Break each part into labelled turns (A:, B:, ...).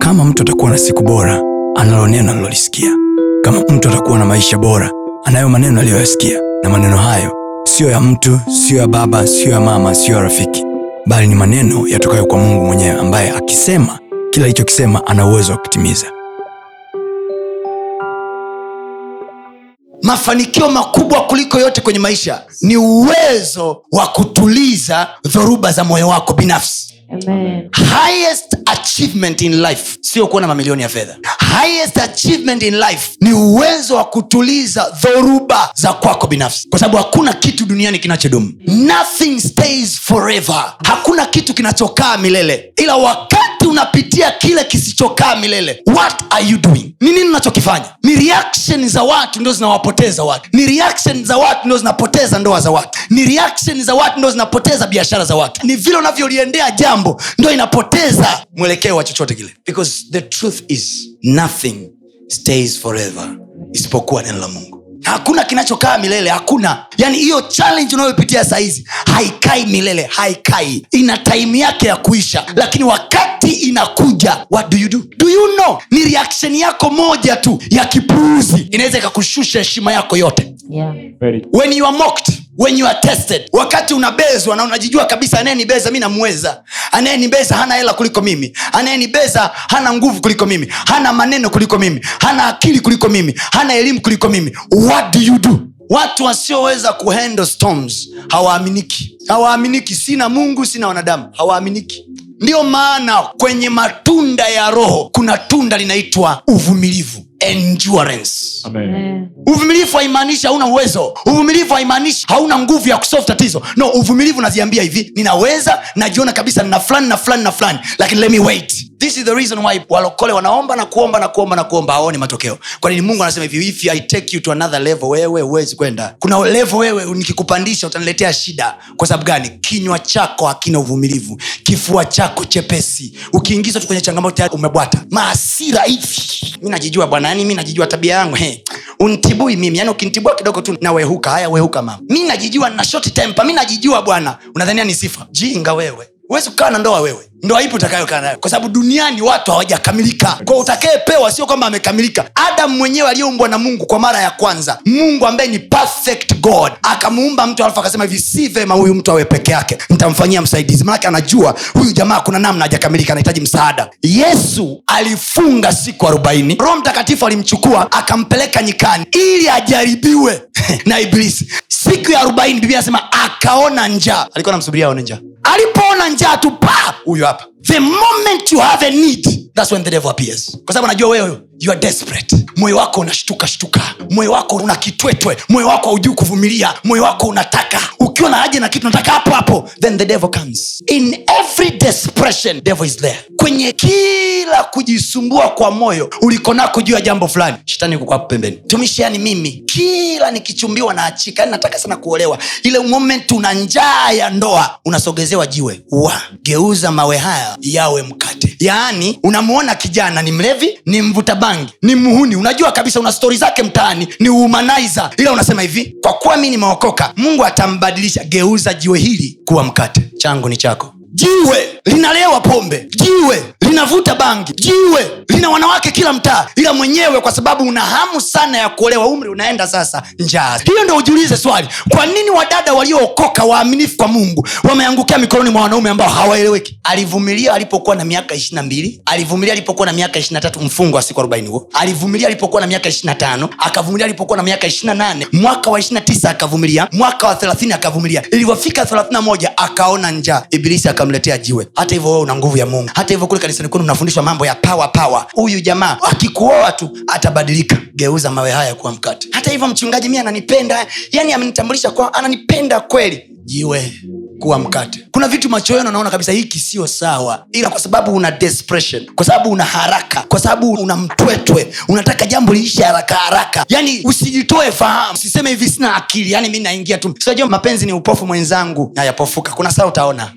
A: Kama mtu atakuwa na siku bora, analo neno alilolisikia. Kama mtu atakuwa na maisha bora, anayo maneno aliyoyasikia, na maneno hayo siyo ya mtu, siyo ya baba, siyo ya mama, siyo ya rafiki, bali ni maneno yatokayo kwa Mungu mwenyewe, ambaye akisema kila alichokisema ana uwezo wa kutimiza.
B: mafanikio makubwa kuliko yote kwenye maisha ni uwezo wa kutuliza dhoruba za moyo wako binafsi
C: Amen.
B: highest achievement in life sio kuwa na mamilioni ya fedha highest achievement in life ni uwezo wa kutuliza dhoruba za kwako binafsi kwa sababu hakuna kitu duniani kinachodumu nothing stays forever hakuna kitu kinachokaa milele ila wakati unapitia kile kisichokaa milele what are you doing ni nini unachokifanya ni reaction za watu ndio zinawapoteza watu ni reaction za watu ndio zinapoteza ndoa za watu ni reaction za watu ndio zinapoteza biashara za watu ni vile unavyoliendea jambo ndio inapoteza mwelekeo wa chochote kile because the truth is nothing stays forever isipokuwa neno la mungu hakuna kinachokaa milele hakuna yani hiyo challenge unayopitia sahizi haikai milele haikai ina taimu yake ya kuisha lakini wakati inakuja what do you do do you know ni reaction yako moja tu ya kipuuzi inaweza ikakushusha heshima yako yote
C: Yeah.
B: when you are mocked when you are tested wakati unabezwa na unajijua kabisa anayenibeza mi namweza anayenibeza hana hela kuliko mimi anayenibeza hana nguvu kuliko mimi hana maneno kuliko mimi hana akili kuliko mimi hana elimu kuliko mimi what do you do watu wasioweza kuhandle storms hawaaminiki hawaaminiki sina mungu sina wanadamu hawaaminiki ndiyo maana kwenye matunda ya roho kuna tunda linaitwa uvumilivu endurance
C: Amen.
B: uvumilivu haimaanishi hauna uwezo uvumilivu haimaanishi hauna nguvu ya kusolve tatizo no uvumilivu naziambia hivi ninaweza najiona kabisa nina fulani na fulani na fulani lakini let me wait this is the reason why walokole wanaomba na kuomba na kuomba na kuomba hawaoni matokeo kwa nini mungu anasema hivi if i take you to another level wewe huwezi kwenda kuna level wewe nikikupandisha utaniletea shida kwa sababu gani kinywa chako hakina uvumilivu kifua chako chepesi ukiingizwa tu kwenye changamoto tayari umebwata maasira hivi mi najijua bwana yani mi najijua tabia yangu he untibui mimi yani ukinitibua kidogo tu nawehuka haya wehuka mama mi najijua na short temper mi najijua bwana unadhania ni sifa jinga wewe huwezi kukaa na ndoa wewe ndoa ipo utakayokaa nayo kwa sababu duniani watu hawajakamilika kwa utakayepewa sio kwamba amekamilika adamu mwenyewe aliyeumbwa na mungu kwa mara ya kwanza mungu ambaye ni perfect god akamuumba mtu alafu akasema hivi si vema huyu mtu awe peke yake nitamfanyia msaidizi manake anajua huyu jamaa kuna namna hajakamilika anahitaji msaada yesu alifunga siku arobaini roho mtakatifu alimchukua akampeleka nyikani ili ajaribiwe na ibilisi siku ya arobaini biblia anasema akaona njaa alikuwa namsubiria aone njaa alipoona njaa tu pa huyu hapa the moment you have a need thats when the devil appears kwa sababu anajua wewe you are desperate moyo wako unashtuka shtuka moyo wako una kitwetwe moyo wako haujui kuvumilia moyo wako unataka ukiwa na haja na kitu unataka hapo hapo then the devil comes in every desperation devil is there kwenye kila kujisumbua kwa moyo ulikonako juu ya jambo fulani shetani yuko kwa hapo pembeni tumishi yani mimi kila nikichumbiwa na achika yani nataka sana kuolewa ile moment una njaa ya ndoa unasogezewa jiwe wa geuza mawe haya yawe mkate yaani unamuona kijana ni mlevi ni mvuta bangi ni mhuni unajua kabisa una stori zake mtaani ni umanaiza ila unasema hivi kwa kuwa mi nimeokoka mungu atambadilisha geuza jiwe hili kuwa mkate changu ni chako jiwe linalewa pombe jiwe linavuta bangi jiwe lina wanawake kila mtaa ila mwenyewe kwa sababu una hamu sana ya kuolewa umri unaenda sasa njaa hiyo ndo ujiulize swali kwa nini wadada waliookoka waaminifu kwa mungu wameangukia mikononi mwa wanaume ambao hawaeleweki alivumilia alipokuwa na miaka ishirina mbili alivumilia alipokuwa na miaka ishirina tatu mfungo wa siku arobaini huo alivumilia alipokuwa na miaka ishirina tano akavumilia alipokuwa na miaka ishirina nane mwaka wa ishirina tisa akavumilia mwaka wa thelathini akavumilia ilivyofika thelathini na moja akaona njaa ibilisi akamletea jiwe hata hivyo wewe una nguvu ya mungu hata hivyo kule kanisani kwenu mnafundishwa mambo ya pawa pawa huyu jamaa akikuoa tu atabadilika geuza mawe haya kuwa mkate hata hivyo mchungaji mi ananipenda yani amenitambulisha kwa ananipenda kweli jiwe kuwa mkate kuna vitu macho yenu naona kabisa hiki sio sawa ila kwa sababu una desperation kwa sababu una haraka kwa sababu una mtwetwe unataka jambo liishe haraka haraka yani usijitoe fahamu siseme hivi sina akili yani mi naingia tu sinajua mapenzi ni upofu mwenzangu nayapofuka kuna saa utaona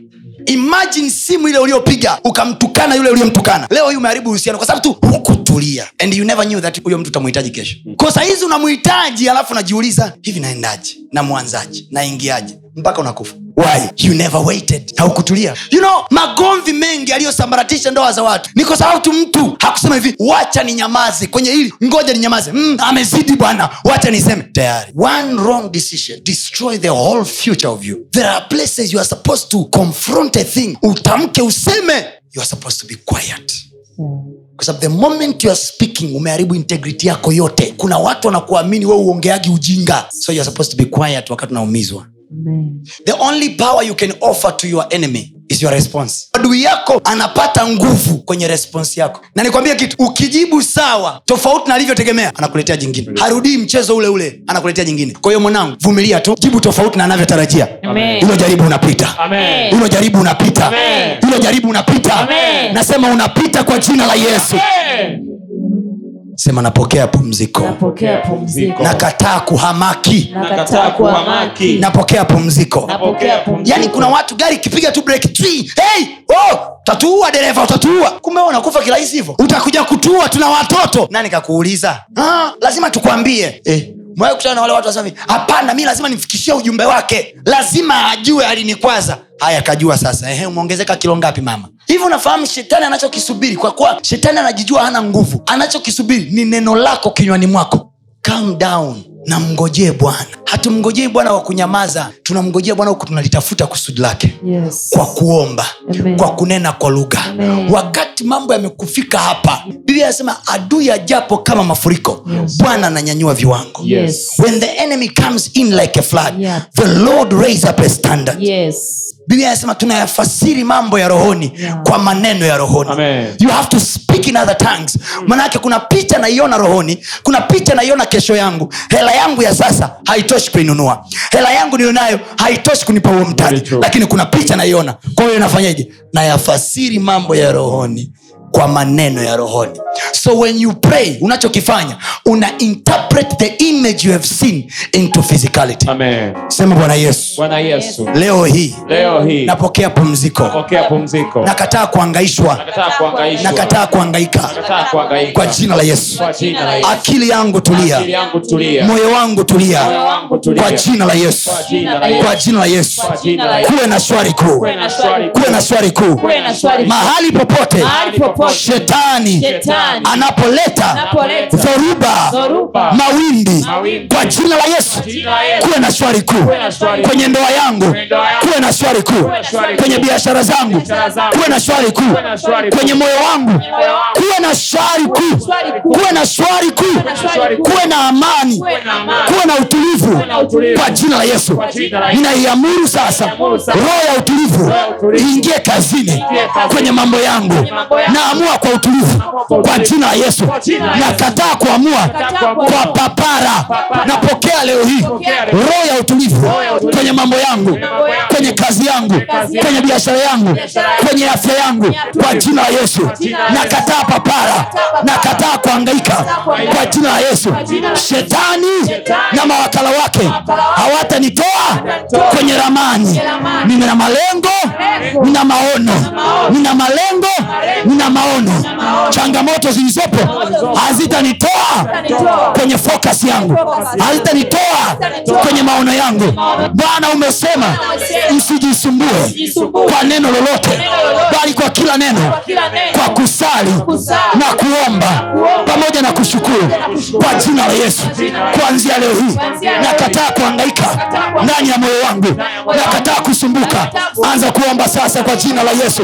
B: imagine simu ile uliopiga ukamtukana yule uliyemtukana leo hii umeharibu uhusiano kwa sababu tu hukutulia and you never knew that huyo mtu utamhitaji kesho ko sahizi unamhitaji alafu najiuliza hivi naendaje namwanzaje naingiaje mpaka unakufa why you never waited haukutulia you know magomvi mengi aliyosambaratisha ndoa za watu ni kwa sababu tu mtu hakusema hivi wacha ninyamaze kwenye hili ngoja ninyamaze mm, amezidi bwana wacha niseme tayari one wrong decision destroy the whole future of you there are places you are supposed to confront a thing utamke useme you are supposed to be quiet kwa sababu the moment you are speaking umeharibu integrity yako yote kuna watu wanakuamini wewe uongeagi ujinga so you are supposed to be quiet wakati unaumizwa the only power you can offer to your enemy is your response adui yako anapata nguvu kwenye response yako na nikwambie kitu ukijibu sawa tofauti na alivyotegemea anakuletea jingine harudii mchezo ule ule anakuletea jingine kwa hiyo mwanangu vumilia tu jibu tofauti na anavyotarajia
C: Amen.
B: hilo jaribu unapita
C: Amen.
B: hilo jaribu unapita
C: Amen.
B: hilo jaribu unapita
C: Amen.
B: nasema unapita kwa jina la yesu sema napokea pumziko
D: napokea pumziko
B: nakataa kuhamaki
D: nakataa kuhamaki
B: napokea pumziko
D: napokea pumziko
B: yaani kuna watu gari ikipiga tu break three, hey, oh, utatuua dereva utatuua kumbe wewe unakufa kirahisi hivyo utakuja kutua tuna watoto nani kakuuliza ah, lazima tukwambie eh mwae kutana na wale watu wasema hivi, hapana mi lazima nimfikishie ujumbe wake lazima ajue alinikwaza haya kajua sasa ehe umeongezeka kilo ngapi mama hivi unafahamu shetani anachokisubiri kwa kuwa shetani anajijua hana nguvu anachokisubiri ni neno lako kinywani mwako calm down na mngojee bwana hatumngojei bwana wa kunyamaza tunamngojea bwana huku tunalitafuta kusudi lake
D: yes
B: kwa kuomba
D: Amen.
B: kwa kunena kwa lugha
D: Amen.
B: wakati mambo yamekufika hapa biblia anasema adui ajapo kama mafuriko
D: Yes.
B: bwana ananyanyua viwango
D: yes
B: when the enemy comes in like a flood
D: Yeah.
B: the lord raise up a standard
D: yes
B: biblia anasema tunayafasiri mambo ya rohoni
D: Yeah.
B: kwa maneno ya rohoni
C: Amen. Mm.
B: you have to speak in other tongues manake kuna picha naiona rohoni kuna picha naiona kesho yangu hela yangu ya sasa haitoshi kuinunua hela yangu nilionayo haitoshi kunipa huo
C: Very
B: mtaji
C: true.
B: lakini kuna picha naiona kwa hiyo nafanyaje nayafasiri mambo ya rohoni kwa maneno ya rohoni so when you pray unachokifanya una interpret the image you have seen into physicality
C: Amen.
B: sema bwana yesu
C: bwana yesu
B: leo hii
C: leo hii
B: napokea pumziko
C: pokea pumziko
B: nakataa kuangaishwa
C: nakataa kuangaishwa
B: nakataa kuangaika
C: nakataa kuangaika
B: kwa jina la yesu
C: Kwa jina la Yesu.
B: akili yangu
C: akili
B: tulia
C: yangu tulia
B: moyo wangu
C: moyo
B: tulia
C: wangu tulia
B: kwa jina la yesu
C: Kwa jina la Yesu.
B: kwa jina la yesu
C: Kwa jina la Yesu.
B: kuwe na swari kuu
C: Kuwe na swali
B: kuwe na swari kuu
D: kuwe na swali
B: mahali popote
D: mahali popote
B: shetani
D: shetani
B: anapoleta
D: anapoleta
B: dhoruba
D: dhoruba
B: mawimbi
C: Mawimbi.
B: kwa jina la yesu
C: Jina la Yesu.
B: kuwe na swari kuu
C: na swali kuu.
B: kwenye ndoa yangu
C: ndoa yangu.
B: kuwe na swari kuu
C: na swali kuu.
B: kwenye biashara zangu
C: Biashara zangu.
B: kuwe na swari kuu
C: Kuwe na swali kuu.
B: kwenye moyo wangu
C: moyo wangu.
B: kuwe na swari kuu
D: swali kuu
B: kuwe na swari kuu
D: na swali kuu.
B: kuwe na amani
D: kuwe na amani
B: kuwe na utulivu
C: na utulivu.
B: kwa jina la yesu
C: jina la Yesu.
B: ninaiamuru sasa
C: Ninaiamuru sasa.
B: roho ya utulivu
C: ya utulivu.
B: iingie kazini
C: kazini.
B: kwenye mambo yangu
C: mambo yangu.
B: naamua kwa utulivu
C: kwa
B: kwa
C: utulivu.
B: jina la yesu
C: jina la Yesu.
B: nakataa kuamua
D: kataa
B: kwa
D: kwa
B: papara napokea leo hii roho ya utulivu kwenye mambo yangu kwenye kazi yangu kwenye biashara yangu kwenye afya yangu kwa jina la yesu nakataa papara nakataa kuangaika kwa jina la yesu shetani na mawakala wake hawatanitoa kwenye ramani nina malengo nina maono nina malengo nina maono changamoto zilizopo hazitanitoa kwenye focus yangu hazitanitoa kwenye maono yangu bwana umesema msijisumbue kwa neno lolote bali kwa kila neno kwa kusali na kuomba pamoja na kushukuru kwa jina la yesu kuanzia leo hii nakataa kuangaika ndani ya moyo wangu nakataa kusumbuka anza kuomba sasa kwa jina la yesu